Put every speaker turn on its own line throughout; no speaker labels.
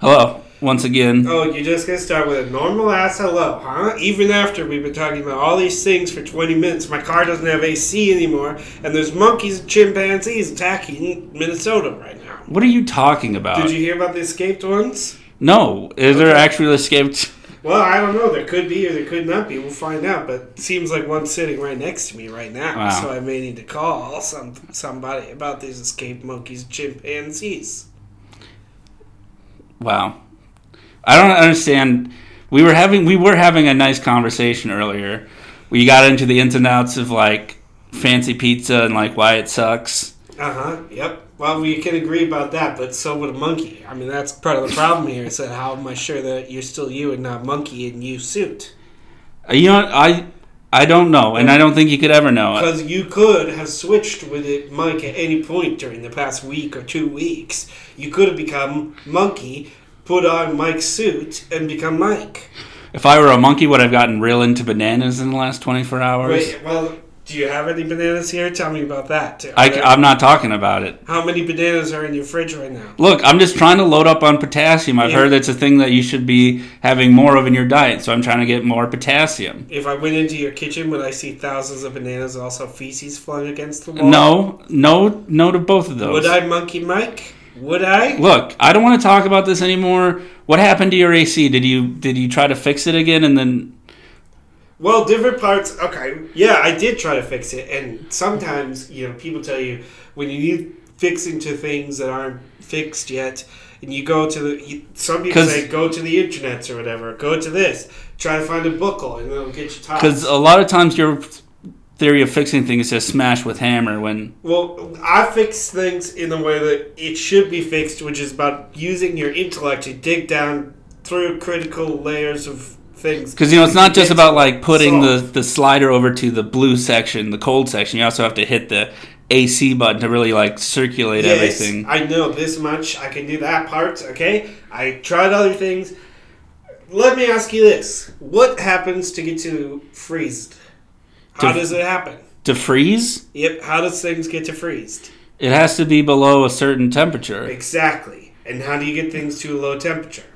Hello, once again.
Oh, you're just gonna start with a normal ass hello, huh? Even after we've been talking about all these things for 20 minutes, my car doesn't have AC anymore, and there's monkeys and chimpanzees attacking Minnesota right now.
What are you talking about?
Did you hear about the escaped ones?
No, is there actually escaped?
Well, I don't know. There could be or there could not be. We'll find out. But it seems like one's sitting right next to me right now,
Wow.
so I may need to call some somebody about these escaped monkeys and chimpanzees.
Wow, I don't understand. We were having we were having a nice conversation earlier. We got into the ins and outs of like fancy pizza and like why it sucks.
Uh huh. Yep. Well, we can agree about that, but so would a monkey. I mean, that's part of the problem here. Is that how am I sure that you're still you and not monkey in you suit?
Uh, You know, what? I I don't know, and I don't think you could ever know.
Because you could have switched with it, Mike, at any point during the past week or two weeks. You could have become monkey, put on Mike's suit, and become Mike.
If I were a monkey, would I've gotten real into bananas in the last twenty four hours?
Wait. Well, do you have any bananas here? Tell me about that. Too.
I, am not talking about it.
how many bananas are in your fridge right now?
Look, I'm just trying to load up on potassium. I've
Yeah.
heard that's a thing that you should be having more of in your diet, so I'm trying to get more potassium.
If I went into your kitchen, would I see thousands of bananas, also feces flung against the wall?
No, no, no to both of those.
Would I, Monkey Mike? Would I?
Look, I don't want to talk about this anymore. What happened to your AC? Did you did you try to fix it again and then
Well, different parts. Okay, yeah, I did try to fix it, and sometimes you know people tell you when you need fixing to things that aren't fixed yet, and you go to the. You, some people
'Cause-
say go to the internets or whatever. Go to this. Try to find a bookle, and it'll get you tired.
cuz a lot of times your theory of fixing things is just smash with hammer when
Well, I fix things in the way that it should be fixed, which is about using your intellect to dig down through critical layers of things.
cuz you know it's not just
It's-
about like putting the
Solve.
the slider over to the blue section, the cold section. You also have to hit the AC button to really like circulate everything.
I know this much. I can do that part. Okay. I tried other things. Let me ask you this: What happens to get to freezed? How
To-
does it happen?
To freeze,
Yep. How does things get to freezed?
it has to be below a certain temperature.
Exactly. And how do you get things to a low temperature?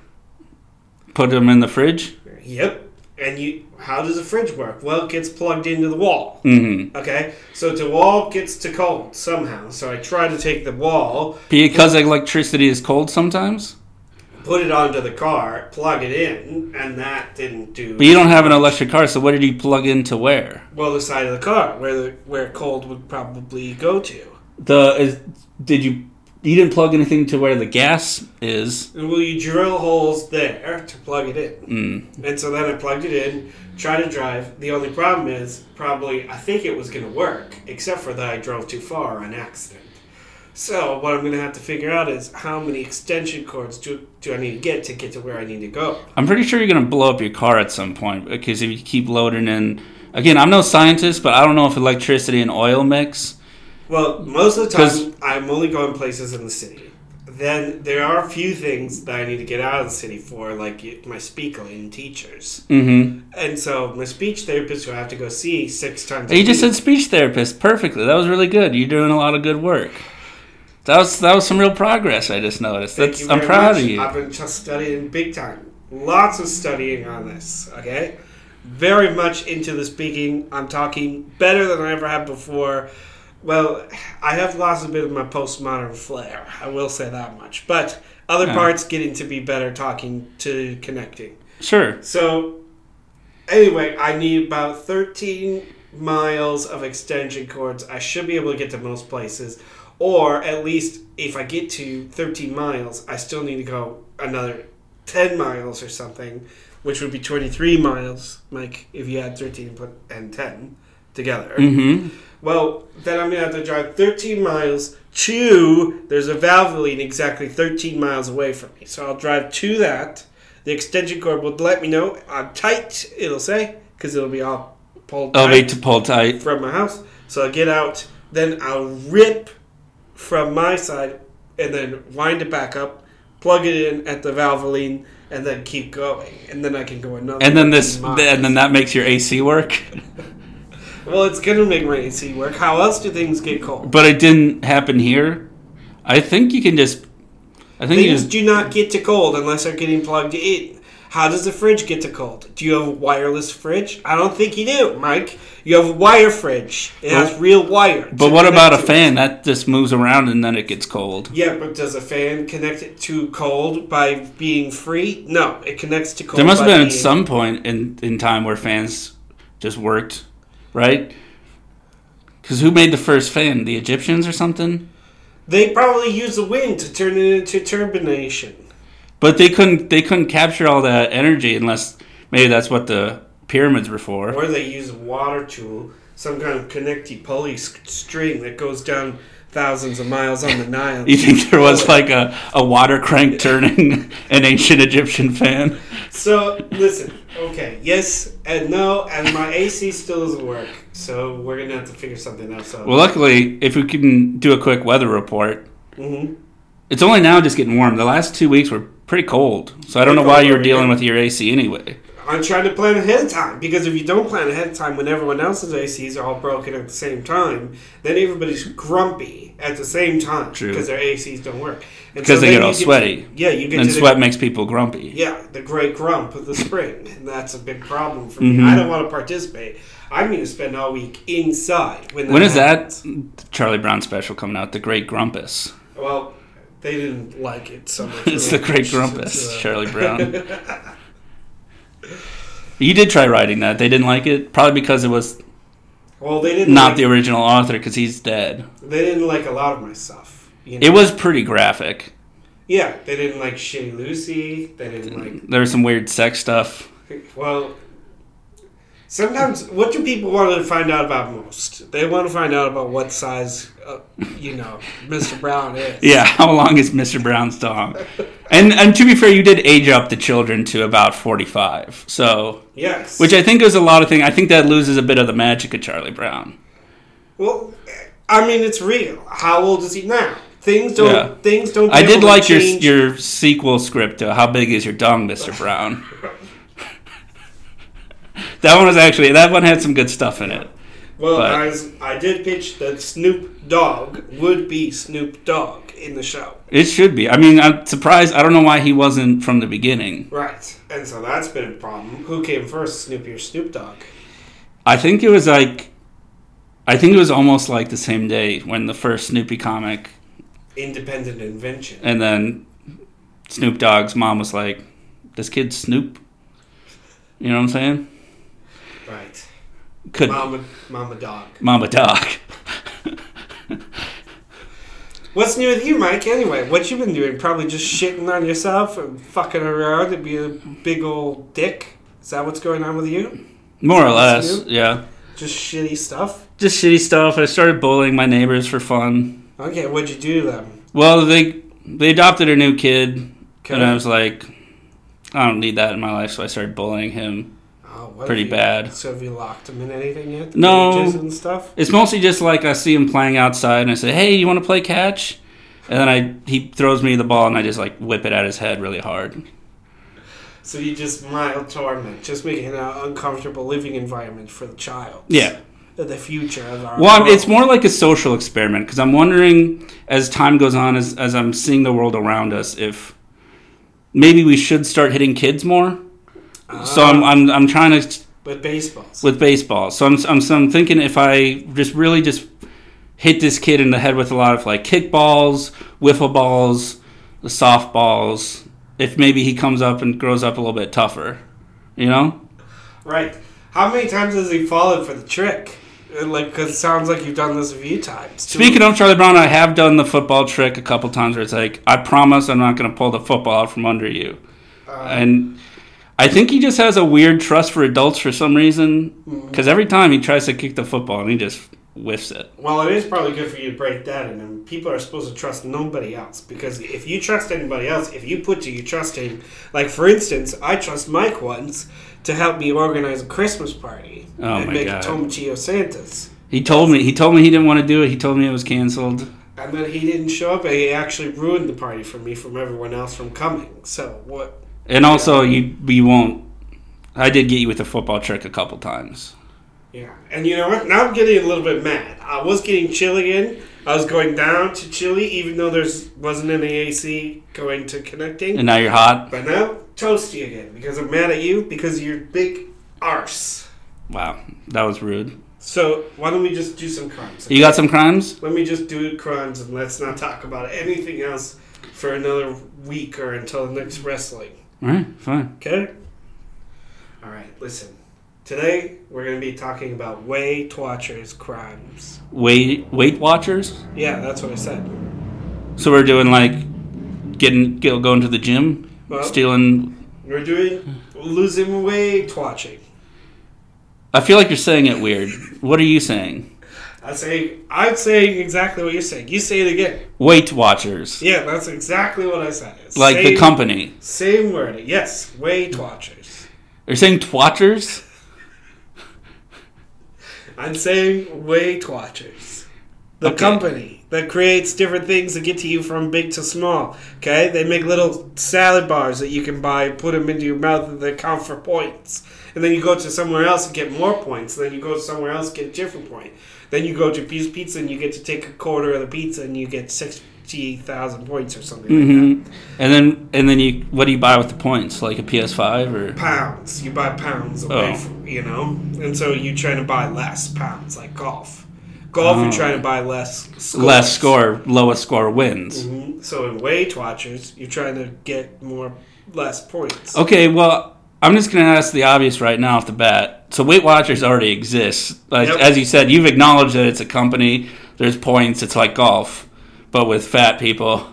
Put them in the fridge.
Yep. And you, how does a fridge work? Well, it gets plugged into the wall.
Mhm.
Okay. So the wall gets to cold somehow. So I try to take the wall,
Because electricity is cold sometimes.
put it onto the car, plug it in, and that didn't do.
But you don't have an electric car, so what did you plug in to where?
well the side of the car where the where cold would probably go to.
The is, did you you didn't plug anything to where the gas is?
And will you drill holes there to plug it in?
Mm.
And so then I plugged it in, tried to drive. The only problem is probably I think it was going to work, except for that I drove too far on accident. So what I'm going to have to figure out is how many extension cords do, do I need to get to get to where I need to go?
I'm pretty sure you're gonna blow up your car at some point because if you keep loading in. Again, I'm no scientist, but I don't know if electricity and oil mix.
Well, most of the
'Cause-
time I'm only going places in the city. Then there are a few things that I need to get out of the city for, like my speaking and teachers.
Mm-hmm.
And so my speech therapist, who I have to go see six times.
You just
week-
said speech therapist perfectly. That was really good. You're doing a lot of good work. That was that was some real progress. I just noticed.
Thank
That's,
you
I'm
very
proud
much.
of you.
I've been just studying big time. Lots of studying on this, okay? Very much into the speaking. I'm talking better than I ever have before. Well, I have lost a bit of my postmodern flair. I will say that much. But other
Yeah.
parts getting to be better talking to connecting.
Sure.
So, anyway, I need about 13 miles of extension cords. I should be able to get to most places. Or at least if I get to 13 miles, I still need to go another 10 miles or something, which would be 23 miles, Mike, if you add 13 and put- and 10 together.
Mm-hmm.
Well, then I'm gonna have to drive 13 miles to. There's a Valvoline exactly 13 miles away from me, so I'll drive to that. The extension cord will let me know I'm tight. It'll say because it'll be all pulled
Elevate
tight
to pull tight.
from my house. So I'll get out. Then I'll rip from my side and then wind it back up, plug it in at the Valvoline, and then keep going. And then I can go another.
And then this,
13 miles.
and then that makes your AC work.
well, it's gonna make my AC work. How else do things get cold?
but it didn't happen here. I think you can just I think you
Things
just
do not get to cold unless they're getting plugged in. How does the fridge get to cold? Do you have a wireless fridge? I don't think you do, Mike. You have a wire fridge. It has real wire.
But
to
what about a
connect to it.
fan that just moves around and then it gets cold?
Yeah, but does a fan connect it to cold by being free? No, it connects to cold.
There must
by
have been at
being-
some point in, in time where fans just worked, right? Because who made the first fan? The Egyptians or something?
They probably use the wind to turn it into turbination.
But they couldn't they couldn't capture all that energy unless maybe that's what the pyramids were for.
Or they use water to some kind of connecty pulley s- string that goes down thousands of miles on the Nile.
You think there was like a, a water crank turning an ancient Egyptian fan?
So listen, okay, yes and no, and my AC still doesn't work, so we're gonna have to figure something else out.
Well, luckily, if we can do a quick weather report,
hmm
it's only now just getting warm. The last two weeks were pretty cold, so I don't know
Pretty
why
cold
you're
over
dealing
here.
with your AC anyway.
I'm trying to plan ahead of time because if you don't plan ahead of time when everyone else's ACs are all broken at the same time, then everybody's grumpy at the same time
True.
because their ACs don't work. And
Because they
then
get all
you
sweaty.
yeah, you get
And
to the-
sweat makes people grumpy.
yeah, the great grump of the spring, and that's a big problem for
Mhm.
me. I don't want to participate. I'm going to spend all week inside. When,
When is
happens.
that Charlie Brown special coming out? The Great Grumpus.
Well, they didn't like it so much.
It's the Great
It's,
Grumpus,
uh,
Charlie Brown. You did try writing that. They didn't like it, probably because it was
well, they didn't.
not
like,
the original author, because he's dead.
They didn't like a lot of my stuff. You know?
It was pretty graphic.
yeah, they didn't like Shitty Lucy. They didn't like.
There was some weird sex stuff.
Well, sometimes what do people want to find out about most? They want to find out about what size, uh, you know, Mr. Brown is.
Yeah, how long is Mr. Brown's dog? And and to be fair, you did age up the children to about forty-five. So,
Yes.
which I think is a lot of thing. I think that loses a bit of the magic of Charlie Brown.
well, I mean, it's real. How old is he now? Things don't.
Yeah.
Things don't.
I did
generally
like your
change.
your sequel script to "How Big Is Your Dong, Mr. Brown." that one was actually that one had some good stuff in it.
Well,
But-
I, was, I did pitch that Snoop Dogg would be Snoop Dogg in the show.
It should be. I mean, I'm surprised. I don't know why he wasn't from the beginning.
Right. And so that's been a problem. Who came first, Snoopy or Snoop Dogg?
I think it was like, I think it was almost like the same day when the first Snoopy comic,
Independent invention.
and then Snoop Dogg's mom was like, "This kid's Snoop." You know what I'm saying?
Right.
Could
Mama, Mama Dog.
Mama Dog.
What's new with you, Mike, anyway? What you been doing? Probably just shitting on yourself and fucking around and be a big old dick? Is that what's going on with you?
More or
That's
less, yeah.
Just shitty stuff?
just shitty stuff. I started bullying my neighbors for fun.
Okay, what'd you do to them?
Well, they they adopted a new kid, and I
Okay.
was like, I don't need that in my life, so I started bullying him.
Oh, what
pretty
have you-
bad.
So have you locked them in anything yet? The
No.
cages And stuff?
It's mostly just like I see him playing outside, and I say, "Hey, you want to play catch?" And then I he throws me the ball, and I just like whip it at his head really hard.
So you just mild torment, just making an uncomfortable living environment for the child.
Yeah.
The future of our.
Well, I'm,
world.
it's more like a social experiment because I'm wondering, as time goes on, as as I'm seeing the world around us, if maybe we should start hitting kids more. So I'm I'm I'm trying to
with baseballs.
with baseball. So I'm, I'm, so I'm thinking if I just really just hit this kid in the head with a lot of like kickballs, wiffle balls, the softballs, if maybe he comes up and grows up a little bit tougher, you know?
right. How many times has he fallen for the trick? And, Like, because it sounds like you've done this a few times.
Speaking of Charlie Brown, I have done the football trick a couple times where it's like, I promise I'm not going to pull the football out from under you. and I think he just has a weird trust for adults for some reason because every time he tries to kick the football and he just whiffs it.
Well, it is probably good for you to break that in. And people are supposed to trust nobody else because if you trust anybody else, if you put to you trusting, like for instance, I trust Mike once to help me organize a Christmas party
Oh
and
my
make
God.
a Tomatillo Santa's.
He told me he told me he didn't want to do it. He told me it was canceled.
And then he didn't show up, and he actually ruined the party for me from everyone else from coming. So what?
And also, you you won't. I did get you with the football trick a couple times.
Yeah. And you know what? Now I'm getting a little bit mad. I was getting chill again, I was going down to Chile, even though there's wasn't any AC going to connecting.
And now you're hot.
But now, toasty again because I'm mad at you because you're big arse.
Wow, that was rude.
So why don't we just do some crimes?
You got some crimes?
Let me just do crimes and let's not talk about anything else for another week or until the next wrestling.
All right, fine.
Okay. All right. Listen. Today we're going to be talking about way watchers crimes.
Weight Weight Watchers.
Yeah, that's what I said.
So we're doing like getting go- going to the gym,
Well-
stealing.
We're doing losing weight watching.
I feel like you're saying it weird. What are you saying?
I say I'm saying exactly what you're saying. You say it again.
Weight Watchers,
Yeah, that's exactly what I said. It's
like the
same-
company.
Same word. Yes, Weight Watchers.
Are you saying Twatchers?
I'm saying Weight Watchers. The
Okay.
company that creates different things that get to you from big to small. Okay? They make little salad bars that you can buy and put them into your mouth and they count for points. And then you go to somewhere else and get more points. And then you go somewhere else and get a different point. Then you go to Pete's Pizza and you get to take a quarter of the pizza and you get 60,000 points or something like that.
Mm-hmm. And then and then you what do you buy with the points? Like a PS5 or
pounds. You buy pounds away
Oh.
from you know, and so you're trying to buy less pounds, like golf. Golf, you're
Oh.
trying to buy less scores.
less score, lowest score wins.
Mhm. So in Weight Watchers, you're trying to get more less points.
Okay, well, I'm just going to ask the obvious right now off the bat. So Weight Watchers already exists. Like,
Yep.
As you said, you've acknowledged that it's a company. There's points. It's like golf, but with fat people.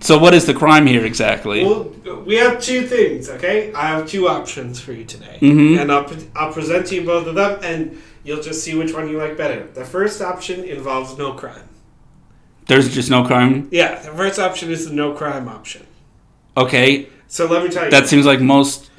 So what is the crime here exactly?
Well, we have two things, okay? I have two options for you today,
Mhm.
and I'll, pre- I'll present to you both of them, and you'll just see which one you like better. The first option involves no crime.
There's just no crime.
Yeah, the first option is the no crime option.
Okay,
So let me tell you.
that seems like most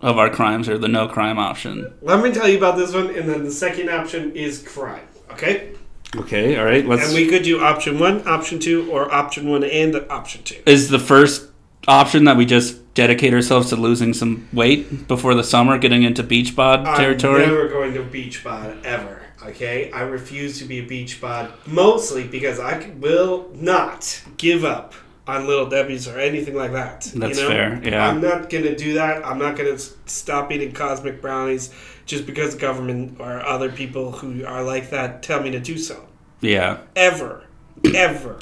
of our crimes are the no crime option.
Let me tell you about this one, and then the second option is crime. Okay?
Okay, all right. Let's.
And we could do option one, option two, or option one and option two.
is the first option that we just dedicate ourselves to losing some weight before the summer, getting into beach bod territory.
I'm never going to beach bod ever. Okay? I refuse to be a beach bod, mostly because I c- will not give up on Little Debbie's or anything like that.
That's fair, yeah.
I'm not going to do that. I'm not going to stop eating cosmic brownies just because the government or other people who are like that tell me to do so.
yeah.
Ever. ever.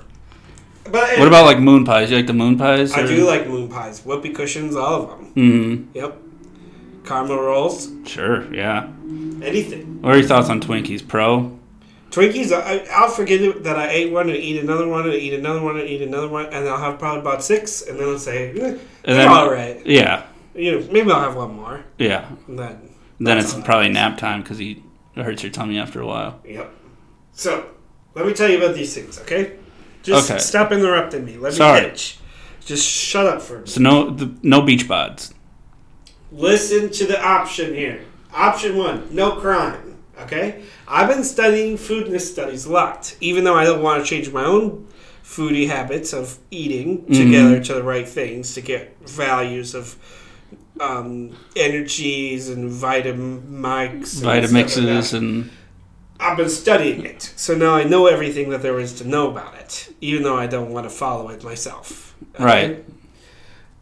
But
What about like moon pies? You like the moon pies?
I do like moon pies, whoopee cushions, all of them.
Mm,
Yep. Caramel rolls,
sure. Yeah.
anything.
What are your thoughts on Twinkies? Pro.
Twinkies, I, I'll forget it- that I ate one and eat another one and eat another one and eat another one, and I'll have probably about six, and then I'll say, eh, they're
then-
all right.
Yeah.
You know, maybe I'll have one more.
Yeah.
And then,
Then
That's
it's
all right.
probably nap time because it hurts your tummy after a while.
yep. So, let me tell you about these things, okay? Just
Okay.
stop interrupting me. Let me
Sorry.
pitch. Just shut up for a minute.
So no, the, no beach bods.
Listen to the option here. Option one, no crime. Okay? I've been studying foodness studies a lot, even though I don't want to change my own foodie habits of eating together to the right things to get values of um, energies and vitamix.
Vitamixes and
I've been studying it, so now I know everything that there is to know about it, even though I don't want to follow it myself. Okay?
Right.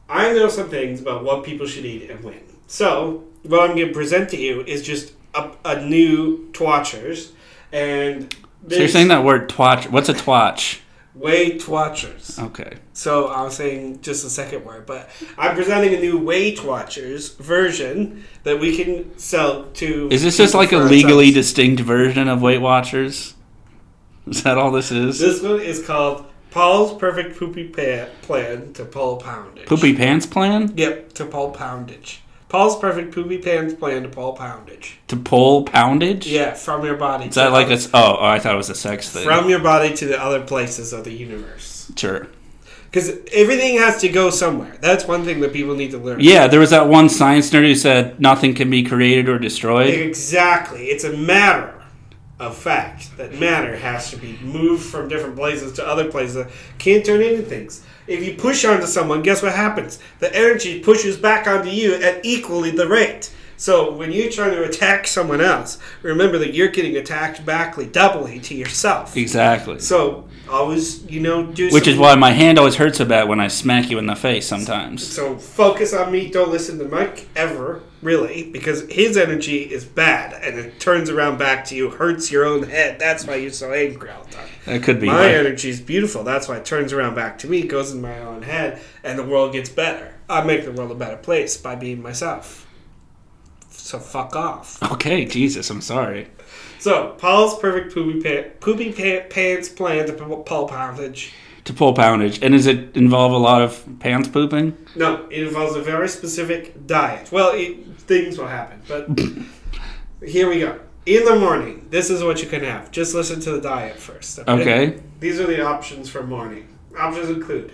I know some things about what people should eat and when. So, what I'm going to present to you is just a, a new Twatchers, and
so you're saying that word twatch. What's a twatch?
Way Twatchers.
Okay.
So I was saying just the second word, but I'm presenting a new Weight Watchers version that we can sell to.
Is this just
people
like a
for
legally
ourselves.
distinct version of Weight Watchers? Is that all this is?
This one is called Paul's Perfect Poopy pa- Plan to Paul Poundage.
Poopy pants plan
Yep, to Paul Poundage. Paul's Perfect Poopy Pants Plan to Paul Poundage.
to pull poundage?
Yeah, from your body.
Is that like a? s- Oh, oh, I thought it was a sex thing.
From your body to the other places of the universe.
sure.
Because everything has to go somewhere. That's one thing that people need to learn.
Yeah, there was that one science nerd who said nothing can be created or destroyed.
Exactly. It's a matter of fact that matter has to be moved from different places to other places. Can't turn into things. If you push onto someone, guess what happens? The energy pushes back onto you at equally the rate. So when you're trying to attack someone else, remember that you're getting attacked backly doubly to yourself.
Exactly.
So always, you know, do
Which is
something-
why my hand always hurts a bit when I smack you in the face sometimes.
So focus on me. Don't listen to Mike ever, really, because his energy is bad and it turns around back to you, hurts your own head. That's why you're so angry all the time.
That could be.
My
why.
energy is beautiful. That's why it turns around back to me, goes in my own head, and the world gets better. I make the world a better place by being myself. So fuck off.
Okay, Jesus, I'm sorry.
So Paul's perfect poopy, pa- poopy pa- pants plan to p- Paul Poundage.
To pull poundage. And does it involve a lot of pants pooping?
No, it involves a very specific diet. Well, it, things will happen, but here we go. In the morning, this is what you can have. Just listen to the diet first.
Okay.
These are the options for morning. Options include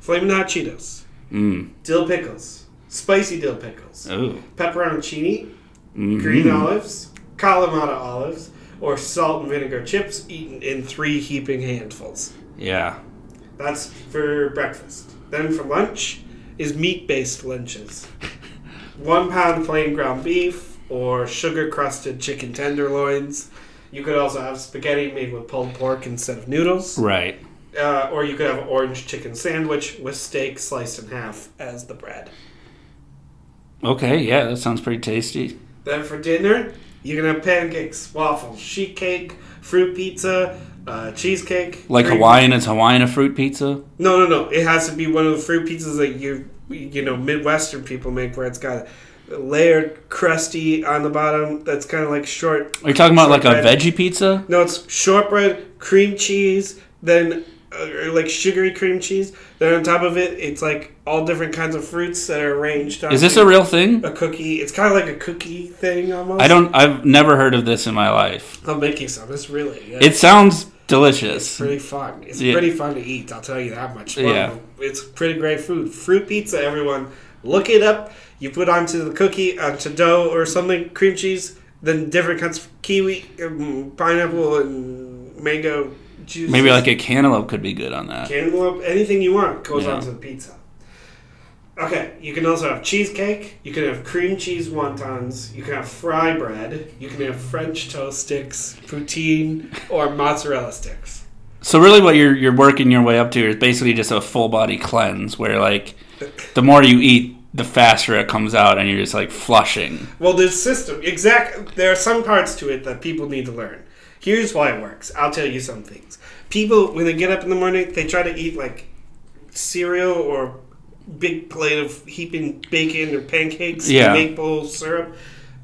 flaming hot Cheetos,
Mm.
dill pickles, spicy dill pickles,
Ooh.
pepperoncini,
Mhm.
green olives, Kalamata olives, or salt and vinegar chips eaten in three heaping handfuls.
Yeah.
That's for breakfast. Then for lunch is meat based lunches. One pound plain ground beef or sugar crusted chicken tenderloins. You could also have spaghetti made with pulled pork instead of noodles.
Right.
Uh, or you could have an orange chicken sandwich with steak sliced in half as the bread.
Okay, yeah, that sounds pretty tasty.
Then for dinner, you can have pancakes, waffles, sheet cake, fruit pizza, uh, cheesecake.
Like
green-
Hawaiian, is Hawaiian a fruit pizza?
No, no, no. It has to be one of the fruit pizzas that you you know Midwestern people make, where it's got a layered crusty on the bottom. That's kind of like short.
Are you talking about like a
Shortbread.
veggie pizza?
No, it's shortbread, cream cheese, then uh, or like sugary cream cheese. Then on top of it, it's like all different kinds of fruits that are arranged. On
Is this a real thing?
a cookie? It's kind of like a cookie thing almost.
I don't. I've never heard of this in my life.
I'm making some. It's really yeah,
It sounds delicious.
pretty fun. It's
Yeah.
pretty fun to eat. I'll tell you that much. Well,
Yeah.
it's pretty great food. Fruit pizza, everyone, look it up. You put onto the cookie, onto dough or something, cream cheese, then different kinds of kiwi, um, pineapple, and mango juice.
Maybe like a cantaloupe could be good on that.
cantaloupe, anything you want goes
Yeah.
onto the pizza. Okay, you can also have cheesecake. You can have cream cheese wontons. You can have fry bread. You can have French toast sticks, poutine, or mozzarella sticks.
So really, what you're you're working your way up to is basically just a full body cleanse, where like the more you eat, the faster it comes out, and you're just like flushing.
Well, this system, exact. There are some parts to it that people need to learn. Here's why it works. I'll tell you some things. People, when they get up in the morning, they try to eat like cereal or big plate of heaping bacon or pancakes,
Yeah.
maple syrup.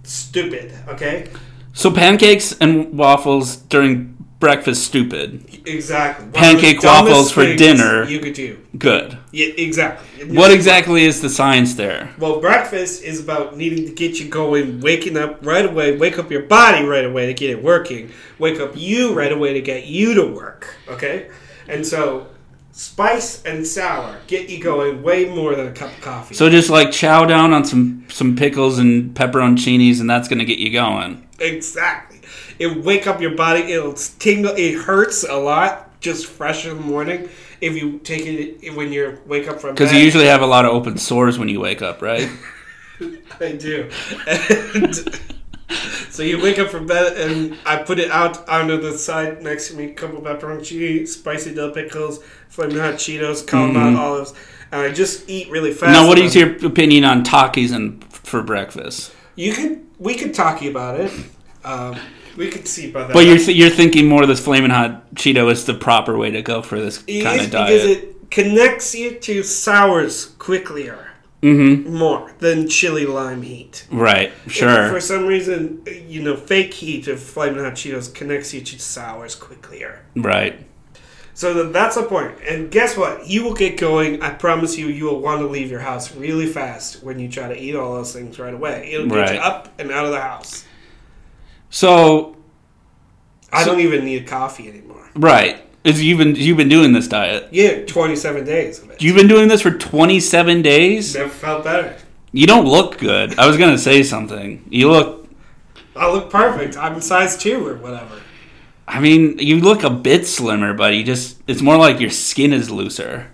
Stupid. Okay.
So pancakes and waffles during breakfast, stupid.
Exactly. One of the
Pancake
dumbest
waffles for
things
dinner.
You could do.
Good.
Yeah, exactly.
What exactly is the science there?
Well, breakfast is about needing to get you going, waking up right away, wake up your body right away to get it working, wake up you right away to get you to work, okay? And so, spice and sour get you going way more than a cup of coffee.
So just like chow down on some some pickles and pepperoncinis, and that's gonna get you going.
exactly. It wake up your body, it'll tingle, it hurts a lot just fresh in the morning if you take it when you wake up from
Because you
bed.
usually have a lot of open sores when you wake up, right?
I do. And so you wake up from bed, and I put it out onto the side next to me. Couple pepperoncini, spicy dill pickles, flaming hot Cheetos, calamari olives, and I just eat really fast.
Mm-hmm. now, what
And
is your opinion on Takis and for breakfast?
You could we could talk about it. Um, we could see about that.
But you're th- you're thinking more this flaming hot Cheeto is the proper way to go for this
It
kind
is
of diet.
because it connects you to sours quicklier,
mm-hmm.
more than chili lime heat.
Right. Sure.
For some reason, you know, fake heat of Flamin' Hot Cheetos connects you to sours quicker.
right.
So that, that's the point. And guess what? You will get going. I promise you, you will want to leave your house really fast when you try to eat all those things right away. It'll get
Right.
you up and out of the house.
So
I
So-
don't even need coffee anymore.
right. Is you've been you've been doing this diet.
Yeah, 27 days of it.
You've been doing this for 27 days.
Never felt better.
You don't look good. I was gonna say something. You look.
I look perfect. I'm size two or whatever.
I mean, you look a bit slimmer, but you just—it's more like your skin is looser.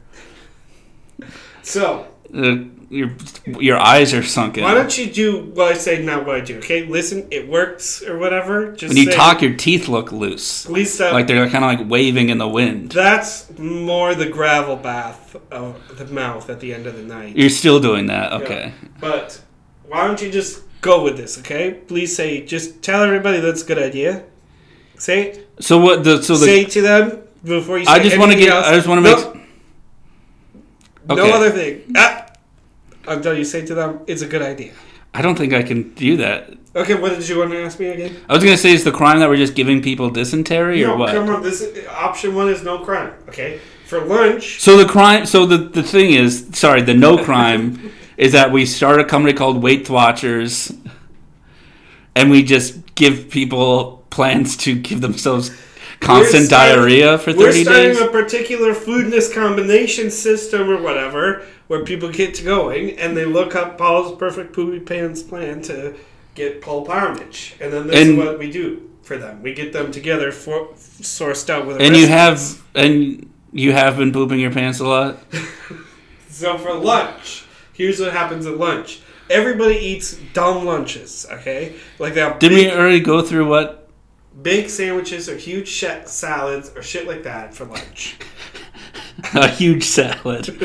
So
Uh, your your eyes are sunken.
Why don't you do what I say, not what I do? Okay, listen, it works or whatever. Just
when you
say,
talk, your teeth look loose,
please stop.
like they're kind of like waving in the wind.
That's more the gravel bath of the mouth at the end of the night.
You're still doing that,
Yeah.
okay?
But why don't you just go with this? Okay, please say. Just tell everybody that's a good idea. Say it.
So what? The, so the
say it to them before you. Say
I just want to
anything
get.
else.
I just want to
Nope.
make.
No
Okay.
other thing. Ah, until you say to them, it's a good idea.
I don't think I can do that.
Okay, what did you want to ask me again?
I was gonna say, is the crime that we're just giving people dysentery or
no,
what?
come on. This is, option one is no crime. Okay, for lunch.
So the crime. So the the thing is, sorry, the no crime is that we start a company called Weight Watchers, and we just give people plans to give themselves constant
starting-
diarrhea for
We're
30
starting
days.
a particular foodness combination system or whatever where people get to going and they look up Paul's perfect poopy pants plan to get Paul Parmage. And then this is
And-
what we do for them. We get them together for sourced out with a
and you
recipe.
have and you have been pooping your pants a lot.
So for lunch, here's what happens at lunch. Everybody eats dumb lunches, okay? Like they have
Didn't we
big,
already go through what?
big sandwiches or huge sh- salads or shit like that for lunch.
A huge salad.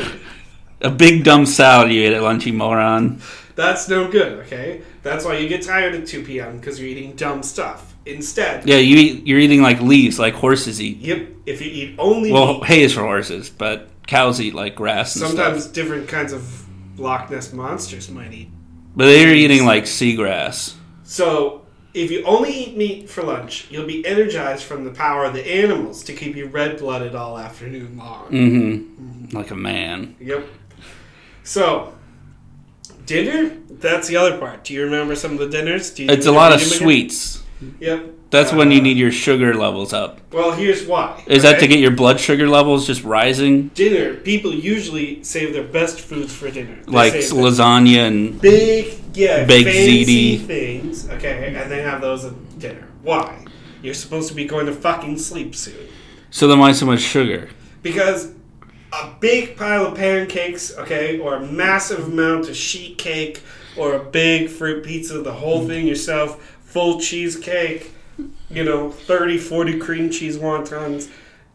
A big dumb salad you ate at lunch, you moron.
That's no good, okay? That's why you get tired at 2 p.m. because you're eating dumb stuff. Instead,
Yeah, you eat, you're eating like leaves, like horses eat.
yep, if you eat only
Well,
meat,
hay is for horses, but cows eat like grass and stuff.
sometimes different kinds of Loch Ness monsters might eat.
But they're eating like seagrass.
So, if you only eat meat for lunch, you'll be energized from the power of the animals to keep you red blooded all afternoon long.
Mm-hmm. Like a man.
Yep. So, dinner? That's the other part. Do you remember some of the dinners? Do you
It's a lot of
do them
sweets.
again? Yep.
That's when you
Uh,
need your sugar levels up.
Well, here's why.
Is that to
okay?
get your blood sugar levels just rising?
dinner, people usually save their best foods for dinner. They
Like
save their
lasagna and
big, yeah,
baked
fancy
ziti.
things. Okay, and they have those at dinner. Why? You're supposed to be going to fucking sleep soon
so then why so much sugar?
because a big pile of pancakes, okay, or a massive amount of sheet cake, or a big fruit pizza, the whole thing yourself, full cheesecake, you know, 30, 40 cream cheese wontons.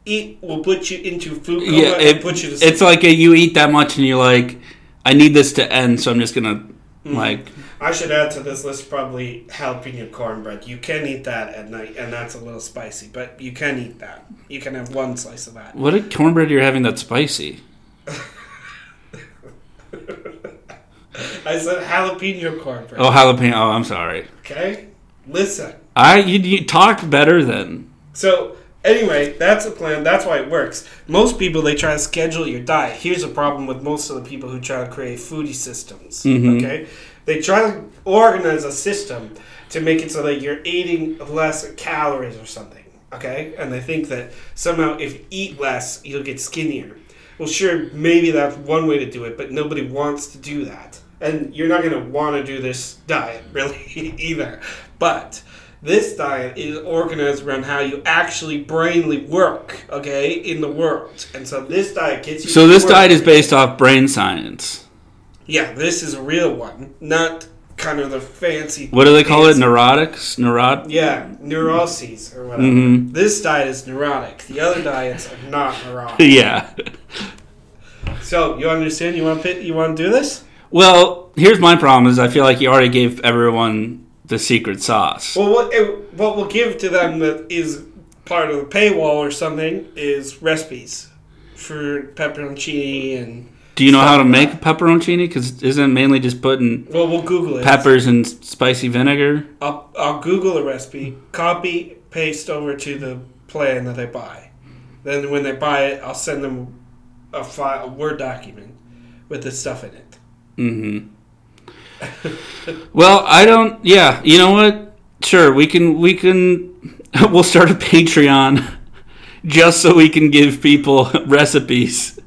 Eat will put you into food coma
yeah,
and
it,
put you to sleep.
it's like a, you eat that much and you're like, I need this to end, so I'm just gonna
Mm-hmm.
like.
I should add to this list probably jalapeno cornbread. You can eat that at night, and that's a little spicy, but you can eat that. You can have one slice of that.
What a cornbread you're having that's spicy.
I said jalapeno cornbread.
Oh jalapeno. Oh, I'm sorry.
Okay, listen.
I you, you talk better then.
So anyway, that's a plan. That's why it works. Most people they try to schedule your diet. Here's a problem with most of the people who try to create foodie systems. Okay, they try to organize a system to make it so that you're eating less calories or something. Okay, and they think that somehow if you eat less, you'll get skinnier. Well, sure, maybe that's one way to do it, but nobody wants to do that. And you're not going to want to do this diet, really, either. But this diet is organized around how you actually brainly work, okay, in the world. And so this diet gets you.
So this
work.
diet is based off brain science.
Yeah, this is a real one, not kind of the fancy.
What do they call it? Neurotics? Neurot?
Yeah, neuroses or whatever.
Mhm.
This diet is neurotic. The other diets are not neurotic.
Yeah.
so you understand? You want to you want to do this?
Well, here's my problem: is I feel like you already gave everyone the secret sauce.
Well, what it, what we'll give to them that is part of the paywall or something is recipes for pepperoncini and
Do you know how to make pepperoncini? Because isn't it mainly just putting
well, we'll Google it.
peppers and spicy vinegar?
I'll, I'll Google a recipe, copy, paste over to the plan that they buy. Then when they buy it, I'll send them a file, a Word document with the stuff in it.
hmm well, I don't. Yeah, you know what? Sure, we can. We can. We'll start a Patreon just so we can give people recipes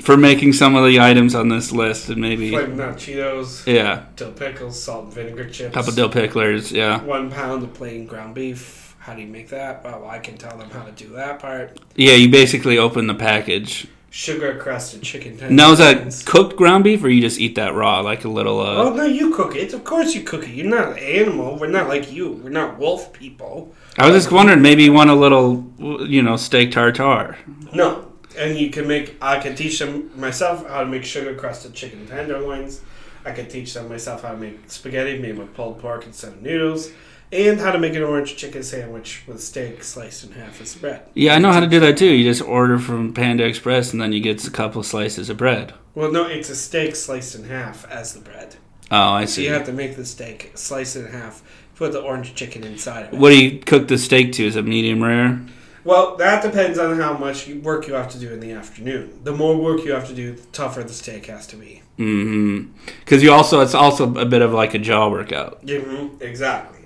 for making some of the items on this list, and maybe
Flame nut Cheetos,
yeah,
dill pickles, salt and vinegar chips,
couple dill picklers. Yeah,
one pound of plain ground beef. How do you make that? Well, I can tell them how to do that part.
yeah. You basically open the package.
sugar crusted chicken tenders.
Now is that cooked ground beef, or you just eat that raw, like a little? Uh,
Oh no, you cook it. Of course you cook it. You're not an animal. We're not like you. We're not wolf people.
I was just wondering, maybe you want a little, you know, steak tartare.
No. And you can make. I can teach them myself how to make sugar crusted chicken tenderloins. I can teach them myself how to make spaghetti made with pulled pork instead of noodles, and how to make an orange chicken sandwich with steak sliced in half as bread.
Yeah, I know how to do that too. You just order from Panda Express, and then you get a couple slices of bread.
Well, no, it's a steak sliced in half as the bread.
Oh, I
So
see.
you have to make the steak, slice it in half, put the orange chicken inside of it.
What do you cook the steak to? Is it medium rare?
Well, that depends on how much you- work you have to do in the afternoon. The more work you have to do, the tougher the steak has to be.
Mm-hmm. Because you also, it's also a bit of like a jaw workout.
Mm-hmm. Exactly.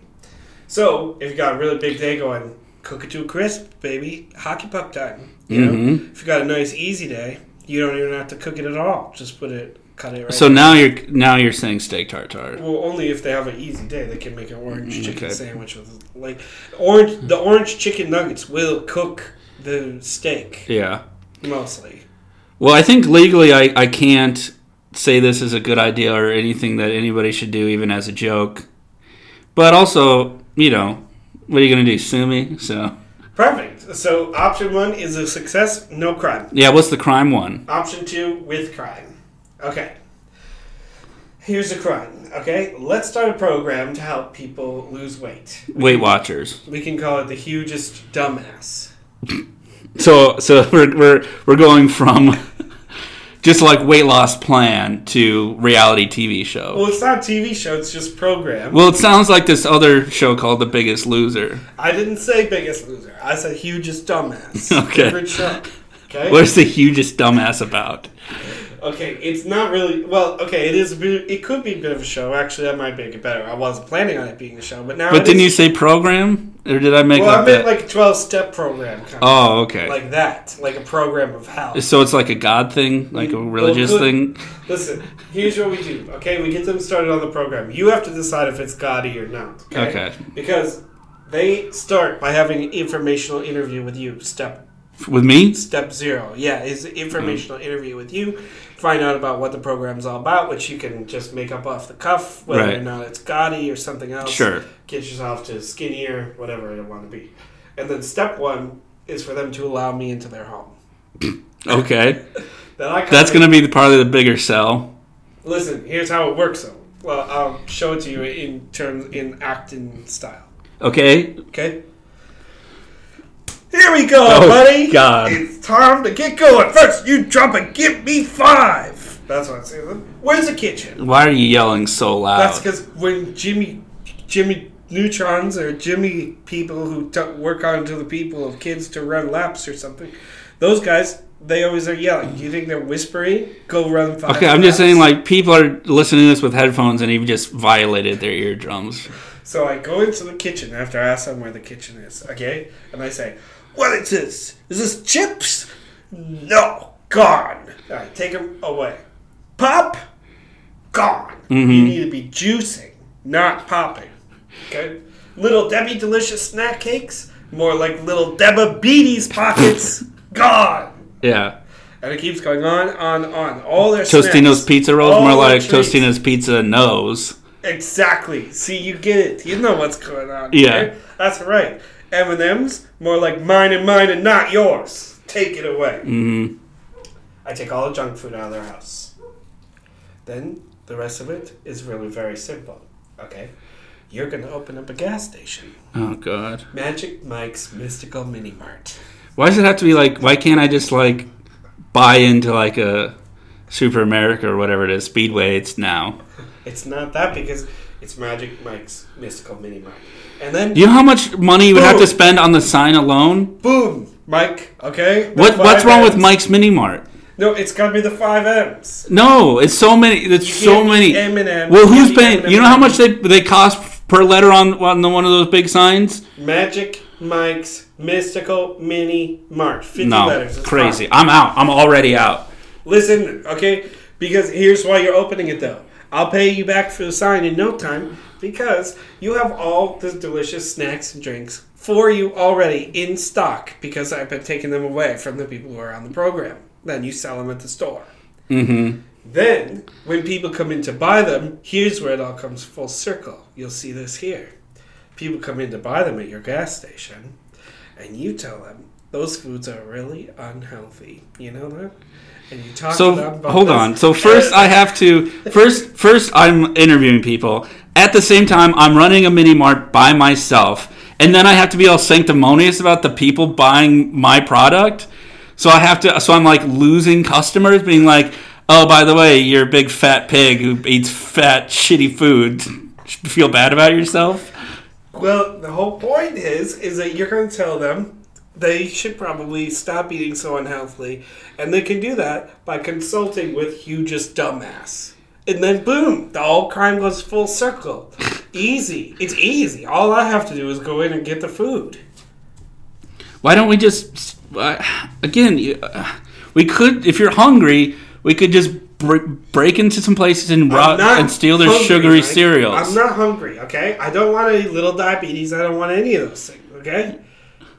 So, if you got a really big day going, cook it to a crisp, baby. Hockey puck time. You know?
Mhm.
If you got a nice, easy day, you don't even have to cook it at all. Just put it, cut it right
So now you're now you're saying steak tartare.
Well, only if they have an easy day, they can make an orange chicken
Mm, Okay.
sandwich with like orange. The orange chicken nuggets will cook the steak
Yeah.
mostly.
Well, I think legally I, I can't say this is a good idea or anything that anybody should do, even as a joke. But also, you know, what are you going to do? Sue me? So,
Perfect. So option one is a success, no crime.
yeah, what's the crime one?
Option two with crime. Okay. Here's a crime. Okay, let's start a program to help people lose weight.
Weight Watchers.
We can call it the hugest dumbass.
So, so we're, we're, we're going from just like weight loss plan to reality TV show.
Well, it's not a TV show; it's just program.
Well, it sounds like this other show called The Biggest Loser.
I didn't say biggest loser. I said hugest dumbass.
Okay.
Different show. Okay.
What is the hugest dumbass about?
Okay. It's not really well. Okay. It is. a bit- It could be a bit of a show. Actually, that might make it better. I wasn't planning on it being a show, but now.
But
it
didn't you
is.
say program? Or did I make
Well, I
up
meant
that?
like a twelve-step program. Kind of,
oh, okay.
Like that, like a program of hell.
So it's like a God thing, like a
Well,
religious thing.
good. Listen, here's what we do. Okay, we get them started on the program. You have to decide if it's gaudy or not. Okay.
Okay.
Because they start by having an informational interview with you, step
With me?
step zero. Yeah, is an informational
Mm.
interview with you. Find out about what the program's all about, which you can just make up off the cuff, whether or
Right.
not it's gaudy or something else.
Sure.
Get yourself to skinnier, whatever you want to be. And then step one is for them to allow me into their home.
Okay.
Then I
That's going to be the probably the bigger sell.
to listen. Here's how it works, though. Well, I'll show it to you in terms in acting style.
Okay.
Okay. Here we go,
Oh,
buddy.
God.
It's time to get going. First, you drop a give me five. That's what I'm saying. Where's the kitchen?
Why are you yelling so
That's
loud?
because when Jimmy, Jimmy neutrons or Jimmy people who t- work on to the people of kids to run laps or something, those guys they always are yelling. Do you think they're whispering? Go run five.
Okay, I'm just
laps."
saying like people are listening to this with headphones and even just violated their eardrums.
So I go into the kitchen after I ask them where the kitchen is, okay? And I say, What is this? Is this chips? No, gone. All right, take them away. Pop? Gone.
Mm-hmm.
You need to be juicing, not popping. Okay? Little Debbie Delicious snack cakes? More like little Debba Beatties pockets? gone.
Yeah.
And it keeps going on, on, on. All their
Tostino's
snacks,
pizza rolls
all
more
their
like
treats.
Tostino's pizza nose.
Exactly. See, you get it. You know what's going on.
Yeah.
okay? that's right. M and M's more like mine and mine and not yours. Take it away.
Mhm.
I take all the junk food out of their house. Then the rest of it is really very simple. Okay, you're gonna open up a gas station,
Oh god.
Magic Mike's Mystical Mini Mart.
Why does it have to be like why can't I just like buy into like a Super America or whatever it is, Speedway it's now.
It's not that because it's Magic Mike's Mystical Mini Mart. And then
You know how much money you would have
Boom.
to spend on the sign alone?
boom, Mike. Okay, The
What what's
five
wrong with
M's.
Mike's Mini Mart?
No, it's gotta be the five M's.
No, it's so many. It's
You
so
get the
many.
M&Ms,
well,
you
who's
get the
paying? You know how much they they cost per letter on on the, one of those big signs?
Magic Mike's Mystical Mini Mart. 50
No,
letters. It's
crazy.
fine.
I'm out. I'm already out.
Listen, okay? Because here's why you're opening it though. I'll pay you back for the sign in no time because you have all the delicious snacks and drinks for you already in stock because I've been taking them away from the people who are on the program. Then you sell them at the store.
Mm-hmm.
Then, when people come in to buy them, here's where it all comes full circle. You'll see this here. People come in to buy them at your gas station, and you tell them those foods are really unhealthy. You know that? And you talk to them
So
about
hold
this.
on. So first, I have to first first I'm interviewing people. At the same time, I'm running a mini mart by myself, and then I have to be all sanctimonious about the people buying my product. So I have to. So I'm like losing customers, being like, "Oh, by the way, you're a big fat pig who eats fat shitty food. Feel bad about yourself."
Well, the whole point is, is that you're going to tell them they should probably stop eating so unhealthily, and they can do that by consulting with hugest dumbass. And then boom, the whole crime goes full circle. Easy. It's easy. All I have to do is go in and get the food.
Why don't we just uh, again? you- Uh, we could, if you're hungry, we could just br- break into some places and rob
I'm not
Uh, and steal their
hungry,
sugary
Mike.
cereals.
I'm not hungry, okay? I don't want any little diabetes. I don't want any of those things, okay?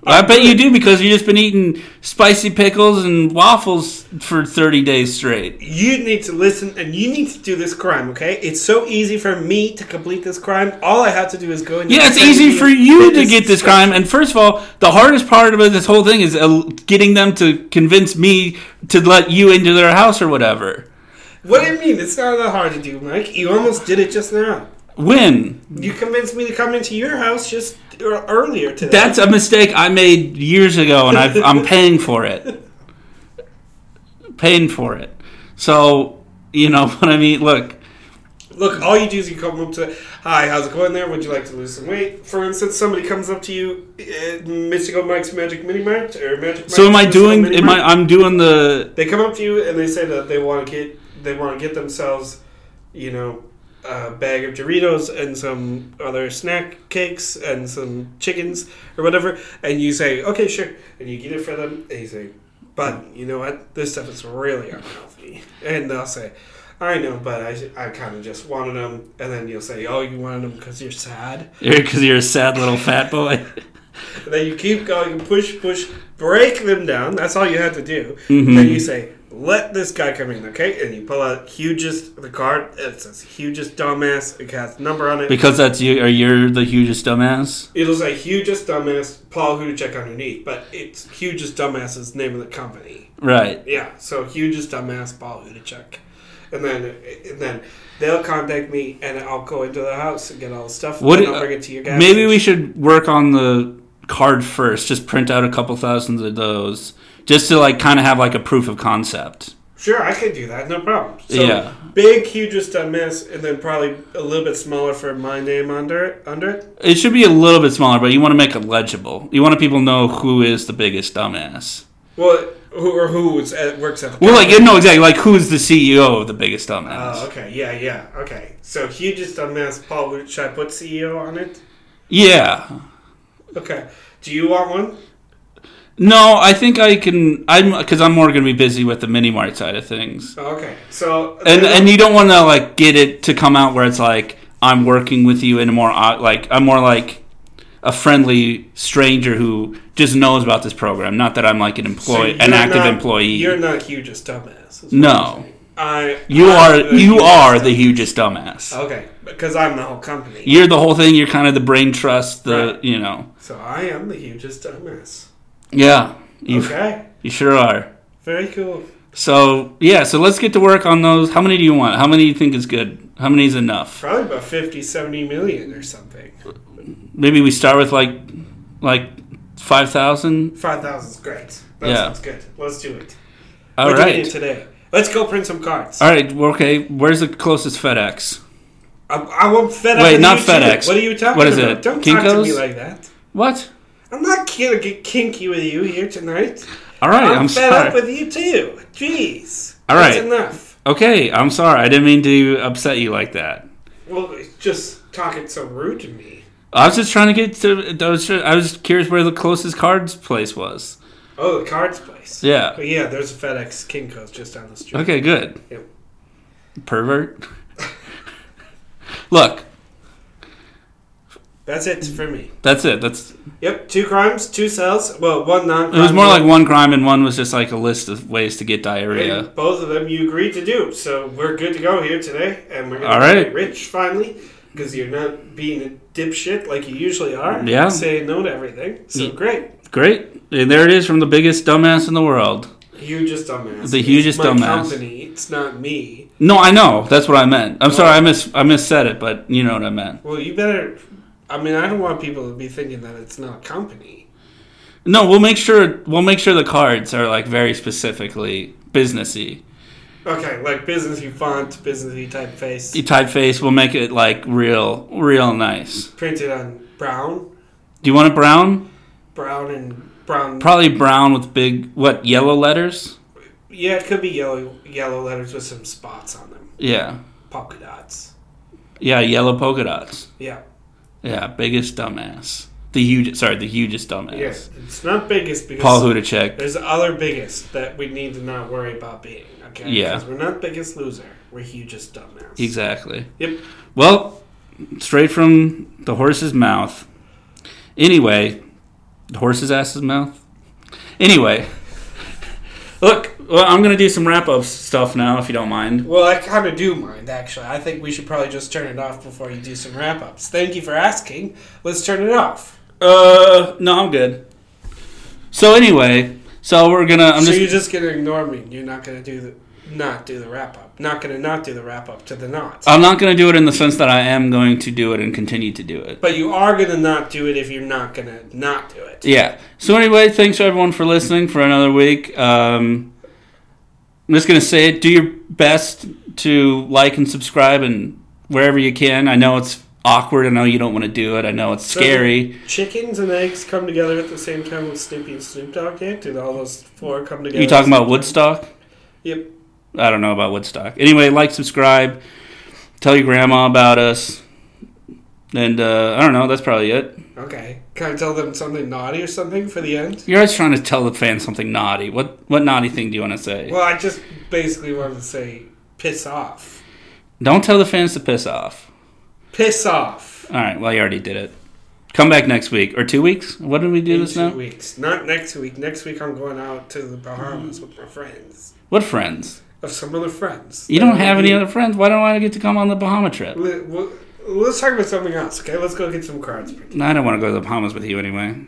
I bet you do because you've just been eating spicy pickles and waffles for thirty days straight.
You need to listen and you need to do this crime, okay? It's so easy for me to complete this crime. All I have to do is go in.
Yeah, it's easy for you to get this crime. And first of all, the hardest part about this whole thing is uh, getting them to convince me to let you into their house or whatever.
What do you mean? It's not that hard to do, Mike. You almost did it just now.
When
You convinced me to come into your house just ear- earlier today.
That's a mistake I made years ago, and I've, I'm paying for it. Paying for it. So you know what I mean. Look,
Look, all you do is you come up to, hi, how's it going there? Would you like to lose some weight? For instance, somebody comes up to you, uh, Mystical Mike's Magic Mini Mart or Magic. Mike's
so am I
Mystical
doing?
Mini
Am
Mart.
I? I'm doing the.
They come up to you and they say that they want to get they want to get themselves, you know, a bag of Doritos and some other snack cakes and some chickens or whatever, and you say, "Okay, sure," and you get it for them, and you say, "But you know what? This stuff is really unhealthy," and they'll say. I know, but I, I kind of just wanted them. And then you'll say, Oh, you wanted them because you're sad.
Because you're a sad little fat boy.
And then you keep going, push, push, break them down. That's all you have to do.
Mm-hmm.
Then you say, let this guy come in, okay? And you pull out hugest the card. It says hugest dumbass. It has number on it.
Because that's you. Or you're the hugest dumbass.
It'll say hugest dumbass Paul Hudacek underneath, but it's hugest dumbass is the name of the company.
Right.
Yeah, so hugest dumbass Paul Hudacek. And then, and then they'll contact me, and I'll go into the house and get all the stuff.
What
and
do-
I'll bring it to your gas
Maybe we
station.
should work on the card first. Just print out a couple thousands of those, just to like kind of have like a proof of concept.
Sure, I can do that. No problem. So
Yeah.
Big, hugest dumbass, and then probably a little bit smaller for my name under it. Under it.
It should be a little bit smaller, but you want to make it legible. You want people to know who is the biggest dumbass.
Well, who or who is at, works at the.
Well, like you know exactly like who's the CEO of the biggest dumbass.
Oh, okay. Yeah, yeah. Okay. So hugest dumbass, Paul. Root- Should I put CEO on it?
yeah.
Okay. Do you want one?
No, I think I can. I'm because I'm more going to be busy with the mini mart side of things,
Oh, okay. So
and and you don't want to like get it to come out where it's like I'm working with you in a more uh, like I'm more like a friendly stranger who just knows about this program. Not that I'm like an
so
employee,
you're
an active
not-
employee.
You're not hugest dumbass. is what
No.
you're saying. I.
You
I'm
are
the
you
hugest
are the
dumbass.
hugest dumbass.
Okay, because I'm the whole company.
you're the whole thing. You're kind of the brain trust. The
Right.
you know,
So I am the hugest dumbass.
yeah, you
Okay.
you sure are.
Very cool.
So yeah, so let's get to work on those. How many do you want? How many do you think is good? How many is enough?
Probably about 50, 70 million or something.
Maybe we start with like like five thousand.
5,000 is great. That
Yeah.
sounds good. Let's do it.
All
We're doing it
right,
today. Let's go print some cards.
all right. well, Okay, where's the closest FedEx?
I, I want FedEx.
Wait,
and
not
you too.
FedEx.
What are you talking
What is
about?
it?
Don't talk to me
Kinko's?
like that.
What?
I'm not going to get kinky with you here tonight.
All right, I'm,
fed
sorry.
up with you too. Jeez.
All
That's
right.
enough.
okay, I'm sorry. I didn't mean to upset you like that.
Well, it's just talking so rude to me.
I was just trying to get to. I was, just, I was curious where the closest cards place was.
Oh, the cards place.
Yeah.
But yeah, there's a FedEx Kinko's just down the street.
Okay. Good.
Yep.
Pervert. Look,
That's it for me.
That's it. That's
Yep, two crimes, two cells. Well, one non.
it was more like one crime and one was just like a list of ways to get diarrhea.
both of them you agreed to do, so we're good to go here today, and we're gonna
All
get
right.
rich finally because you're not being a dipshit like you usually are.
Yeah.
saying no to everything. So
Ye-
great,
Great. And there it is from the biggest dumbass in the world.
hugest dumbass.
The hugest
it's my
dumbass.
Company, it's not me.
No, I know. That's what I meant. I'm sorry, I miss I missaid it, but you know what I meant.
Well, you better. I mean, I don't want people to be thinking that it's not company.
No, we'll make sure we'll make sure the cards are like very specifically businessy.
Okay, like businessy font, businessy typeface,
The typeface will make it like real real nice.
printed on brown,
Do you want it brown?
brown and brown.
Probably brown with big what yellow letters?
yeah, it could be yellow, yellow letters with some spots on them,
Yeah.
polka dots.
Yeah, yellow polka dots.
Yeah.
Yeah, biggest dumbass. The huge sorry, the hugest dumbass.
Yes, it's not biggest because
Paul Hudacek.
there's other biggest that we need to not worry about being. Okay,
Yeah.
because we're not biggest loser. We're hugest dumbass.
Exactly.
Yep.
Well, straight from the horse's mouth. Anyway, the horse's ass's mouth. Anyway, look, well, I'm gonna do some wrap up stuff now, if you don't mind.
Well, I kind of do mind actually. I think we should probably just turn it off before you do some wrap ups. Thank you for asking. Let's turn it off.
Uh, no, I'm good. So anyway, so we're gonna. I'm
so
just.
you're just gonna ignore me. You're not gonna do the not do the wrap up. Not gonna not do the wrap up to the not.
I'm not gonna do it in the sense that I am going to do it and continue to do it.
but you are gonna not do it if you're not gonna not do it.
Yeah. So anyway, thanks everyone for listening for another week. Um, I'm just gonna say it. Do your best to like and subscribe and wherever you can. I know it's awkward. I know you don't want to do it. I know it's
So-
scary.
Chickens and eggs come together at the same time with Snoopy and Snoop Dogg. Yet? Did all those four come together?
you talking about Woodstock?
Yep.
I don't know about Woodstock. Anyway, like, subscribe, tell your grandma about us, and uh, I don't know. That's probably it.
Okay. Can I tell them something naughty or something for the end?
You're always trying to tell the fans something naughty. What what naughty thing do you want to say?
Well, I just basically wanted to say piss off.
don't tell the fans to piss off.
Piss off.
All right. Well, you already did it. Come back next week or two weeks. What did we do
In
this
two
now?
weeks. Not next week. Next week I'm going out to the Bahamas with my friends.
What friends?
Of some other friends.
You don't have any
Maybe-
other friends. Why don't I get to come on the Bahama trip?
Let- well, Let's talk about something else, okay? Let's go get some cards.
No, I don't want to go to the Bahamas with you anyway.